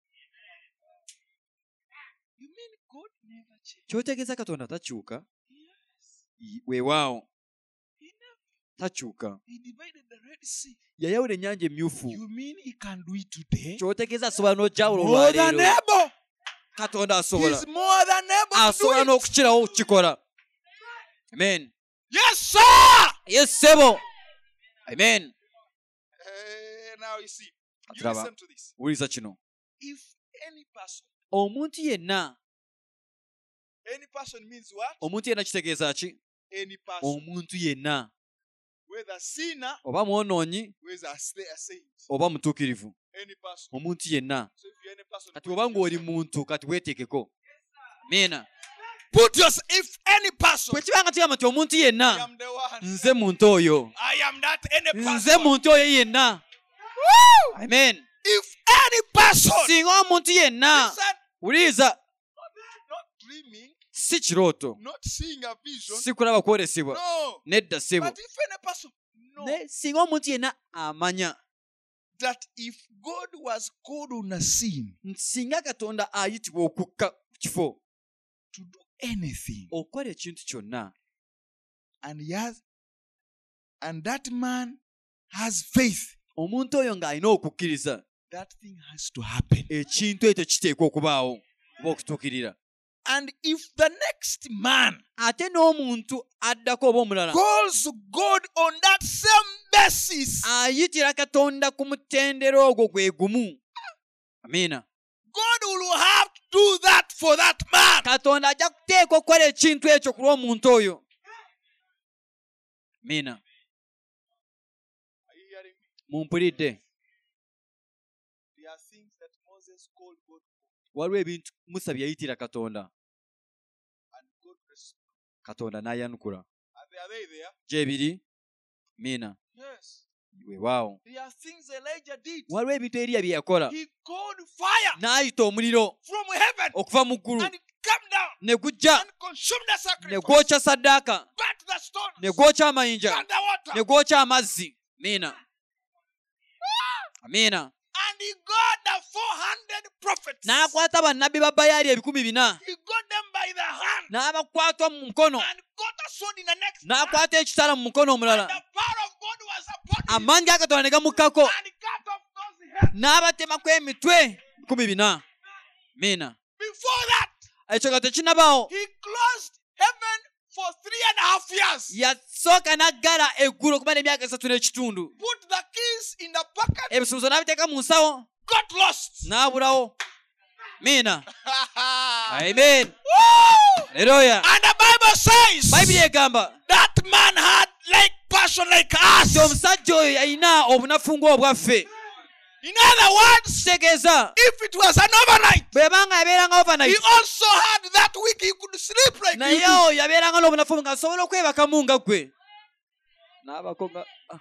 You mean God never changed? kyotegeeza katonda takyuka Yes. I- weewaawo He never. takyuka He divided the Red Sea. yayawula ennyanja emyufu You mean he can do it today? kyotegeeza asobola n'ojjawula More than olwaleero able. katonda asobola He's more than able to do asobola it. n'okukirawo okukikola amen Yes, sir. ye ssebo amen Eh, now you see. You Atraba. listen to this. wuliriza kino if any person, omuntu yenna any person means what? omuntu yenna kitegeeza ki Any person, omuntu yenna whether sinner, oba mwonoonyi whether a sla- a saint, oba mutuukirivu any person. omuntu yenna So if you're any person, kati oba ng'oli muntu kati weeteekeko meena Put yourself, if any person, bwe kiba nga kigamba nti omuntu yenna I am the one. nze muntu oyo I am that any nze person. muntu oyo yenna amen If any person, singa omuntu yenna Listen, wuliriza not dreaming, si kirooto not seeing a vision. si kulaba kwolesebwa No. nedda ssebo But if any person knows Ne singa omuntu yenna amanya that if God was called on a sin nti singa katonda ayitibwa okukka ku kifo to do anything, okukola ekintu kyonna and he has, and that man has faith, omuntu oyo ng'alina okukkiriza that thing has to happen. ekintu ekyo kiteekwa okubaawo oba okutuukirira And if the next man ate n'omuntu addako oba omulala calls God on that same basis, ayitira katonda ku mutendera ogwo gwe gumu amiina God will have to do that for that man. katonda ajja kuteeka okukola ekintu ekyo ku lw'omuntu oyo amiina Are you hearing me? mumpulidde There are things that Moses called God waliwo ebintu musa bye yayitira katonda and God responded. katonda n'ayanukula Are they, are they there? gyebiri miina Yes. wewaawo There are things Elijah did. waliwo ebintu eriya bye yakola He called fire n'ayita omuliro from heaven okuva mu ggulu and it came down ne gujja and consumed the ne sacrifice, gwokya saddaaka burnt the stone, ne gwokya amayinja and the water. ne gwokya amazzi miina amiina And he got the 400 prophets. n'akwata bannabbi ba bayaali ebikumi bina He got them by the hand n'abakwata mu mukono and got a sword in the next. hand. n'akwata ekitala mu mukono omulala The power of God was upon him amaanyi ga katonda ne gamukkako and cut off those heads. n'abatemako emitwe bikumi bina miina Before that, ekyo nga tekinabaawo he closed heaven for three and a half years. yasooka n'aggala eggulu okumala emyaka esatu n'ekitundu Put the keys in the pocket, ebisuubizo n'abiteeka mu nsawo got lost. n'abulawo miina amen haleluya and the Bible says bayibuli egamba that man had like passion like us. nti omusajja oyo yalina obunafu ng'obwaffe In other words, kitegeeza if it was an overnight, bwebanga yabeeranga he overnight also had that week he could sleep like you. naye do. oyo yabeeranga n'obunafu nga nsobola okwebakamu nga ggwe n'abako nga ah,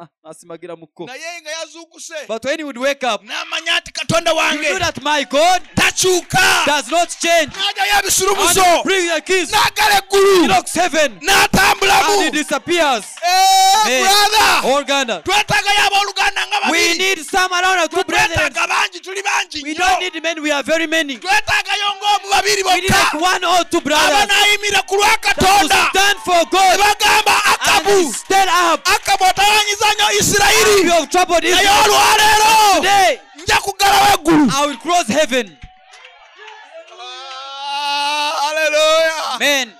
ah, n'asimagira mukko naye nga yazuukuse but when he would wake up n'amanya nti katonda you know wange that my god takyuka does not change n'ajayo And ebisirumuso bring the keys n'agala eggulu knocks heaven n'atambulamu and it disappears. Amen. Eh, brother All Ghana. twetagayo abooluganda nga Oh. We babiri need some around our two brethren. twetaaga bangi tuli bangi We nnyo don't need many, we are very many. twetaagayo ng'omu babiri We need bokka like one or two brothers abanaayimira ku lwa that will katonda stand for God bagamba akabu and stand up akabu otawanyiza nnyo isirayiri you have troubled naye Israel. olwaleero Today, nja kuggalawo eggulu I will cross heaven. aleluya Amen.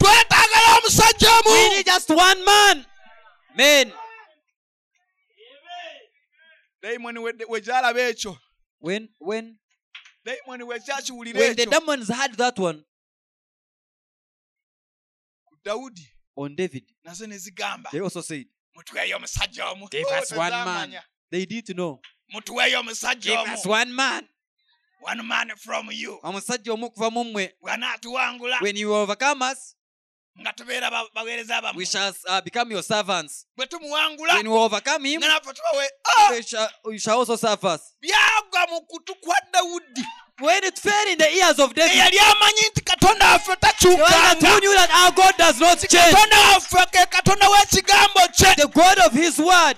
twetaagayo omusajja omu We need just one man. Amen. dayimoni we- wejalaba ekyo When when dayimoni wekyakiwulira when the ekyo demons had that one ku dawudi on David, nazo ne zigamba they also said mutuweeyo omusajja omu "Oh, us one man. tezamanya." they did know. mutuweeyo omusajja Give us omu one man. one man from you Omusajja omu okuva mu mmwe. bw'anaatuwangula When you overcome us, nga tubeera ba- baweereza we bamu shall uh, become your servants. bwe tumuwangula When we overcome him, nga naffe tubawe "Ah, we shall, you shall also serve us. byagwa mu kutu kwa dawudi When it fell in the ears of David, eyali amanyi nti katonda waffe the one that takyukanga who knew that our God does not change, katonda waffe ke katonda w'ekigambo kye the God of his word.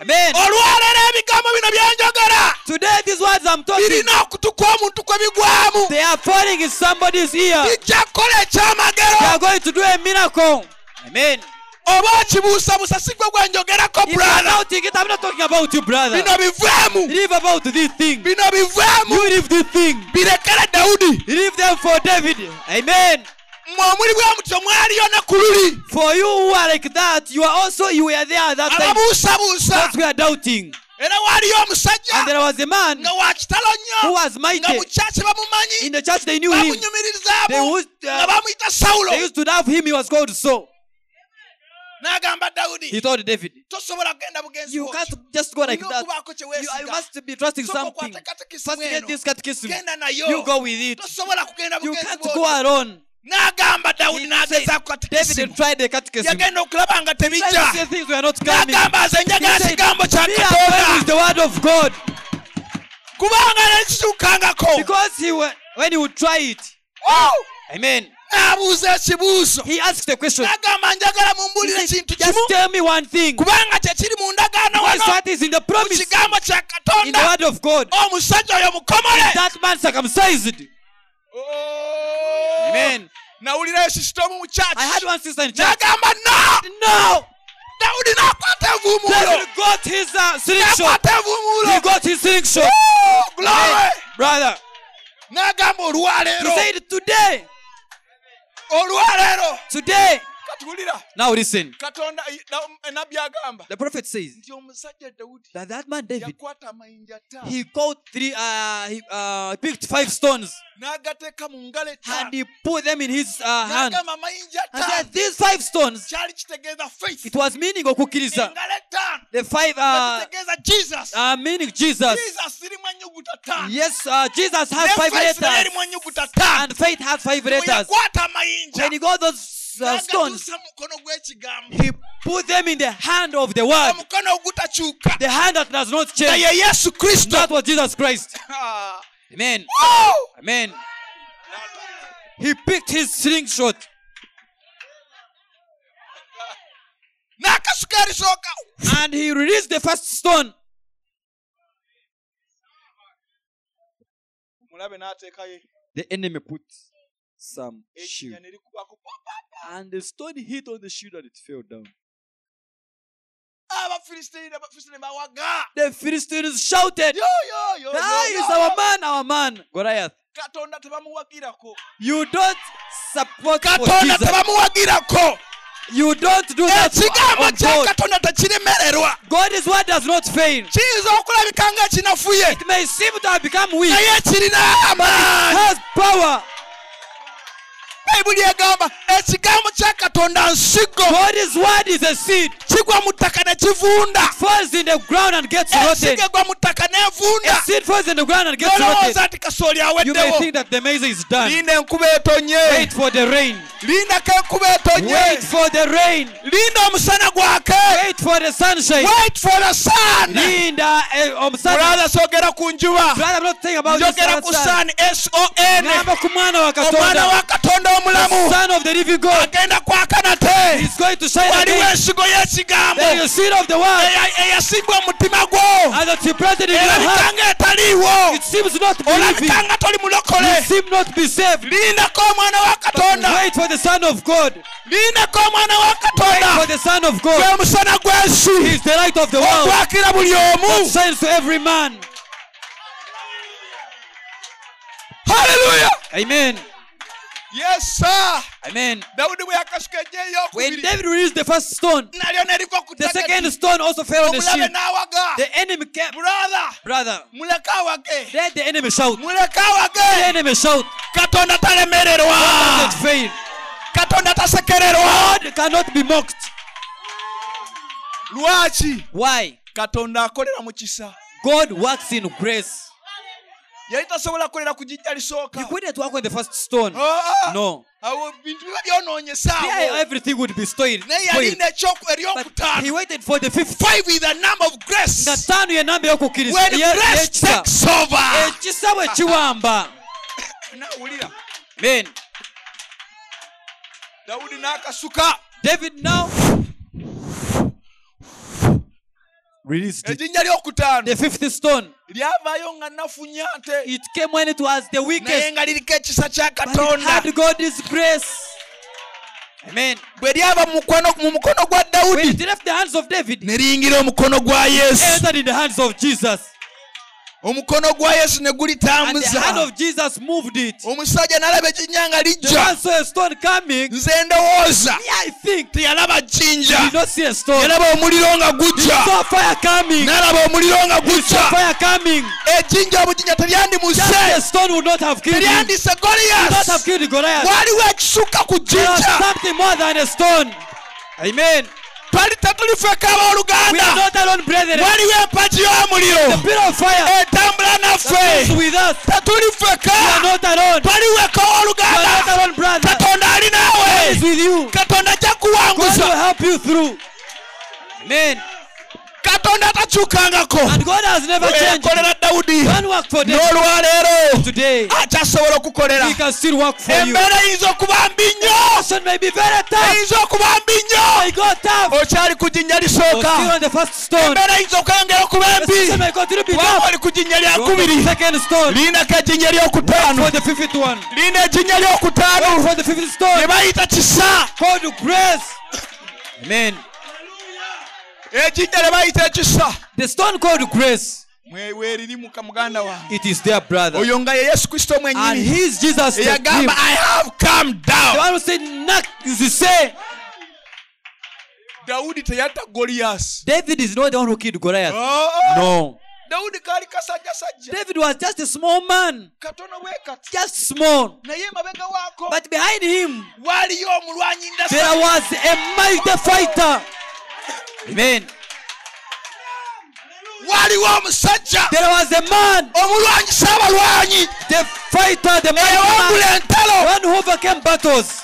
Amen. olwaleero ebigambo bino byenjogera Today, these words I'm talking, birina okutu kw'omuntu kwe bigwamu they are falling in somebody's ear. They bijja kukola ekyamagero are going to do a miracle. Amen. oba okibuusabuusa si gwe gwenjogerako If you are brother doubting it, I'm not talking about you, brother. bino biveemu Leave about this thing. bino biveemu You leave this thing. birekere dawudi Leave them for David. Amen. mwe omuli bwe mutyo mwaliyo ne ku luli For you who are like that, you are also you were there at that time. ababuusabuusa Those who are doubting. era waaliyo And omusajja there was a man nga wa kitalo who nnyo was nga mighty. mu kyaki bamumanyi In the church, they knew him. They, bamunyumirizaamu used, nga uh, bamuyita sawulo they used to love him. He was called Saul. n'agamba He dawudi told David, tosobola kugenda bugenzi You bw'otyo. can't just go like Olina that. okubaako kye You, you weesiga. must be trusting Sooka something. okwate katekisimu First, get eno. this catechism. genda You nayo go with it. tosobola kugenda You bugenzi can't bw'otyo. go alone. n'agamba dawudi He said, n'agezaako David katekisimu tried the catechism. yagenda okulaba nga Tried to tebijja say things were not coming. n'agamba nze njagala He said, kigambo kya "Me, I'm going with katonda the word of God. kubanga nekituukangako Because he wa- when he would try it, Amen. n'abuuza ekibuuzo He asked a question. n'agamba njagala He mumbuulire said, kintu Just kimu tell me one thing. What kubanga kyekiri mu ndagaano is wano what is in the mu promise kigambo kya in the katonda word of God? omusajja oyo mukomole That man circumcised. Oh! Amen. nawulirayo sisitomu mu I had kyaki one sister in church. n'agamba no No! dawudi n'akwata David envuumuulo got his uh, sling shot. n'akwata He envuumuulo got his sling shot. glory Brother, n'agamba he olwaleero said, Today, olwaleero today. katuwulira Now listen. katonda nabbi agamba The prophet says nti omusajja dawudi that that man David, yakwata amayinja ttaano he caught three, uh, he uh, picked five stones n'agateeka mu ngalo and ettaano he put them in his uh, hand. n'agamba amayinja And that ttaano these five stones, kyali kitegeeza faith it was meaning okukkiriza. engalo ettaano The five uh, kitegeeza jesus uh, meaning Jesus. jesus irimu ennyuguta ttaano Yes, uh, Jesus has nefaith five nayo letters, erimu ennyuguta ttaano and faith has five Bwe letters. yakwata amayinja When he got those uh, stones, n'agatuusa mu mukono gw'ekigambo he put them in the hand of the Word, omukono ogutakyuka the hand that does not nga change. ye yesu kristo That was Jesus Christ. Amen. Woo! Amen. He picked his slingshot. n'akasuka erisooka and he released the first stone. omulabe n'ateekayo The enemy put some shield, ekinyani erikubako and the stone hit on the shield and it fell down. abafirisitina abafirisitina bawaga The Philistines shouted, yoyoyo "That is our man, our man, Goliath! katonda tebamuwagirako You don't support for katonda Jesus. tebamuwagirako You don't do Eh, that for- ekigambo on kya oh, God. katonda tekiremererwa God's word does not fail. kiyinza okulabika nga ekinafuye It may seem to have become weak, it naye kirina amaanyi has power. bayibuli egamba ekigambo kya katonda nsigo God's word is a seed, kigwa mu ttaka ne kivunda falls in the ground and gets ensigo rotten. egwa mu ttaka A n'evunda seed falls in the ground and gets rotten. nolowooza nti kasooli You may aweddewo think that the maize is done. linda enkuba etonye Wait for the rain. lindako enkuba etonye Wait for the rain. linda omusana gwake Wait for the sunshine. wait for the sun Linda, eh, um, sun. Brother, brother sogera ku njuba I'm not saying about this njogera other ku sun. sun son Ngamba ku mwana wa omwana Katonda, wa katonda omulamu son of the living God, agenda kwaka nate is going to shine waliwo again. ensigo y'ekigambo There is seed of the world, eya- eyasigwa omutima gwo and it's implanted in your heart. erabikanga etaliiwo It seems not believing. olabikanga toli You mulokole seem not be saved. lindako omwana wa katonda Wait for the Son of God. lindako omwana wa For katonda the Son of God. gwe musana He gw'ensi is the light of the world. okwakira buli omu Shines to every man. haleluya Amen. yesa Amen. dawudi bwe yakasuka ejje When eyokubiri David released the first stone, nalyo neriva ku the ttaka second stone also fell on the omulabe shield. n'awaga The enemy came. brother Brother, muleke awage let the enemy shout. muleke The awage enemy shout. katonda talemererwa Let fail. katonda tasekererwa God cannot be mocked. lwaki Why? katonda akolera mu kisa God works in grace. yali tasobola kukolera ku jjajja He lisooka couldn't work on the first stone. Ah, No. awo bintu biba byonoonyesaawo There everything would be stolen. naye spoiled. yalina ekyok- But he eryokutaano waited for the fifth. five is the number of grace nga ttaano yenamba y'okukkiriza when Ye- grace yekisa takes over ekisa bwe kiwamba nawulira men dawudi n'akasuka david now released it. ejjinja lyokutaano the fifth stone lyavaayo nga nafunya nte it came when it was the naye weakest nga liriko ekisa kya but it katonda had god's grace amen bwe lyava mu mukono- mu mukono gwa when dawudi it left the hands of david ne liyingira omukono gwa yesu entered in the hands of jesus omukono gwa yesu ne And the hand gulitambuza of Jesus moved it. omusajja n'alaba ekinyanga The man lijja saw a stone coming. Me, nze ndowooza I think he teyalaba jjinja did not see a stone. yalaba omuliro nga He gujja saw fire coming. n'alaba omuliro nga E, gujja Fire coming. ejjinja obujinja Just a teryandimuse stone would not have killed him. teryandise Would not have goliyasi killed Goliath. waliwo ekisuka ku There was jjinja something more than a stone. Amen. twali tetulifeka We are abooluganda not alone, brethren. waliwo empagi y'omuliro The pillar of fire etambula is naffe with us. tetulifeka We are not alone. twaliweka We are owooluganda not alone, brother. katonda ali God naawe is with you. katonda ajja God will kuwanguza help you through. Amen. katonda atakyukangako And God has never changed. eyakolera dawudi One work for them n'olwaleero today. akyasobola okukolera He can still work for you. embeera eyinza okuba mbi nnyo Person may be very tough. eyinza okuba mbi May nnyo go tough. okyali ku jinnya Or still lisooka on the first stone. embeera eyinza okwongera okuba Person mbi may continue to be waba tough. oli ku jinnya lya Go for the kubiri second stone. liinako ejinnya lyokutaano For the fifth one. liina ejinnya lyokutaano For the fifth ne stone. bayita kisa Called grace. Amen. ejinnya ne bayita ekisa The stone called grace. mweweeririmuka muganda wange It is their brother. oyo nga ye yesu kristo And mwenyini his Jesus the dream. eyagamba i have come The down Bible said, "Knock," you say, dawudi teyatta goliyasi David is not the one who killed Oh. Goliath. No. dawudi kaali kasajjasajja David was just a small man. katono bwekati Just small. naye emabega waako But behind him, waaliyo omulwanyi there ndasa was a mighty fighter. Amen. waaliwo omusajja There was a man, omulwanyisa abalwanyi the fighter, the mighty eyawangula man, entalo one who overcame battles.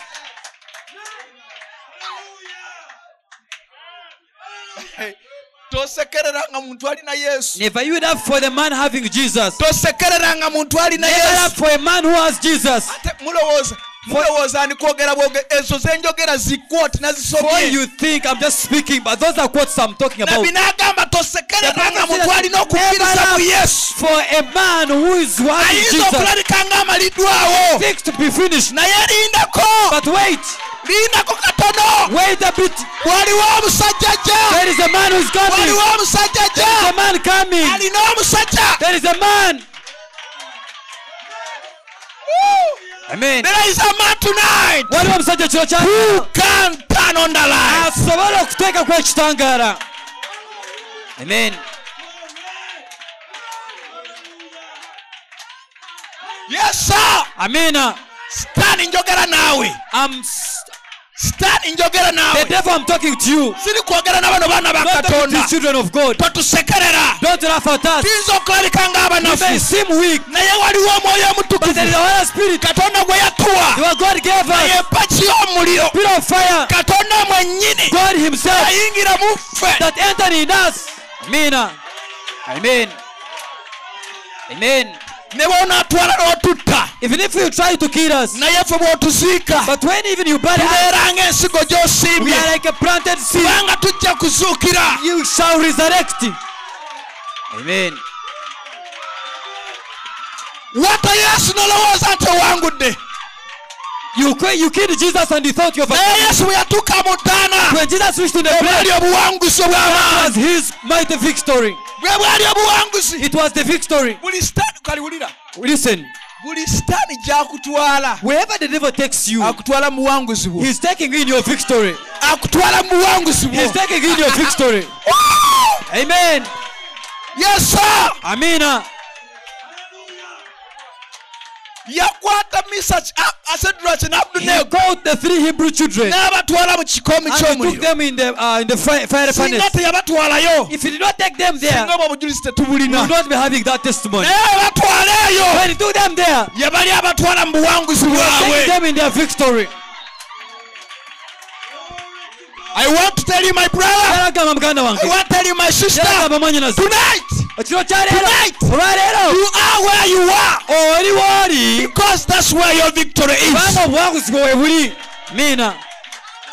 tosekereranga muntu alina yesu Never you enough for the man having Jesus. tosekereranga muntu alina Never yesu enough for a man who has Jesus. ate mulowooza mulowooza ni kwogera bwoge ezo zenjogera zikooti Boy, nazisobye you think I'm just speaking, but those are quotes I'm talking about. nabi n'agamba tosekereranga muntu alina okukkiriza mu yesu For a man who is having ayinza Jesus. okulabika ng'amaliddwawo things to be finished. naye lindako But wait, lindako katono wait a bit. waliwo omusajja There jja is a man who's coming. waliwo omusajja There is a jja man coming. alina omusajja There is a man. Amen. there is a man tonight waliwo omusajja ekiro kya who can turn on the light asobola okuteekako ekitangaala amen yes sir amina stan njogera naawe ah. I'm s- stan njogera the naawe devil I'm talking to you siri kwogera na bano baana ba not talking to katonda the children of God totusekerera don't laugh at us tuyinza okulabika you may ng'abanafu seem weak naye waliwo omwoyo but there is omutukuvu a Holy Spirit katonda gwe yatuwa your God gave us empaki y'omuliro spirit of fire katonda mwennyini God himself ayingira mu ffe that entered in us. Amina. Amen. Amen. ne bw'onaatwala n'otutta Even if you try to kill us, naye ffe bw'otuziika but when even you bury us, tubeera ng'ensigo we gy'osimbye are like a planted seed. kubanga tujja kuzuukira You shall resurrect. Amen. wata yesu nolowooza nti owangudde You qui- you killed Jesus and you thought you naye overcame. yesu bwe yatuuka mu ttaana When Jesus reached to the bwe bread, bwali it obuwanguzi obw'amaanyi was his mighty victory. bwe bwali obuwanguzi It was the victory. buli sitaani kaliwulira Listen, buli sitaani gy'akutwala wherever the devil takes you, akutwala mu buwanguzi bwo he's taking in your victory. akutwala mu buwanguzi bwo He's taking in your victory. Amen. yesu Amina. yakwata Ah, misaki aseduraki He n'abuduneego called the three Hebrew children. n'abatwala mu kikoomi and he took ky'omuliro them in the uh, in the fire, fire singa furnace. teyabatwalayo If he did not take them there, singa bwobujulizi we would tetubulina not be having that testimony. naye abatwala When eyo he took them there, yabali abatwala mu buwanguzi take bwabwe them in their victory. i want to tell you my brother Yaragamba muganda i wange want to tell you my sister yaragamba mwannyinaze tonight ekiro kya leero Tonight. olwaleero you are where you are oli wooli because that's where your victory is kubanga obuwaguzi bwe we buli mina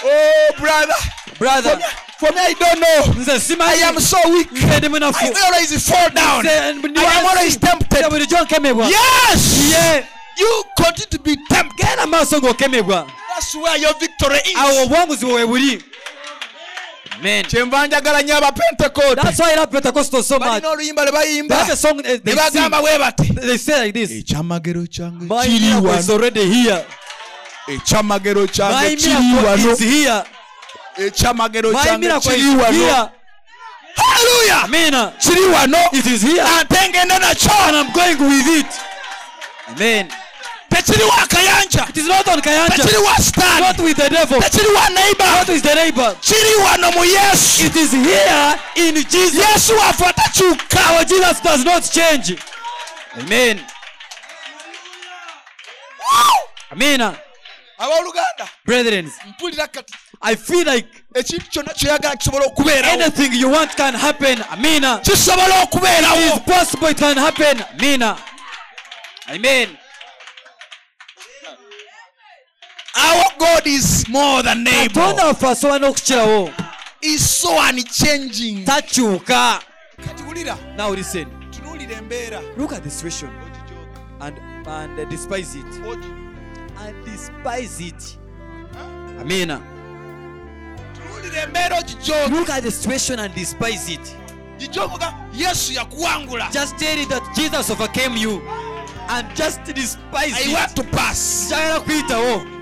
oh brother brother for me i don't know nze i am simanyi so weak nze ndi i munafu always fall down Nze ndi i am wansi. always Nze tempted bulijjo nkemebwa yes ye you continue to be tempted genda mu maaso ng'okemebwa that's where your victory awo is obuwanguzi bwe we buli Amen. kyenva njagala nnyo abapentekote That's why I love Pentecostal so much. balina oluyimba lwe bayimba That's the song eh, they, ne sing. bagamba bwe bati They say like E this. ekyamagero kyange My kiri miracle wano is E already here. ekyamagero My kyange kiri miracle wano E is here. ekyamagero My kyange miracle kiri is wano here. haleluya Amen. kiri wano It is here. ate ngenda nakyo And I'm going with it. Amen. tekiriwo akayanja It is not on Kayanja. tekiriwo sitaani Not with the devil. tekiriwo Not neighbor with the neighbor. kiri wano mu yesu It is here in Jesus. yesu waffe atakyuka Our Jesus does not change. Amen. Amen. abooluganda Brethren, mpulira kati I feel like ekintu kyonna kyoyagala kisobola okubeerawo anything you want can happen. Amen. kisobola okubeerawo It's possible it can happen. Amen. Amen. our god is more than able katonda waffe asobola n'okukirawo is so unchanging takyuka kati wulira now listen tunuulira embeera look at the situation and, and despise it and despise it amina tunuulira embeera ogijoga look at the situation and despise it gijogoga yesu yakuwangula just tell it that jesus overcame you and just despise i it want to pass njagala kuyitawo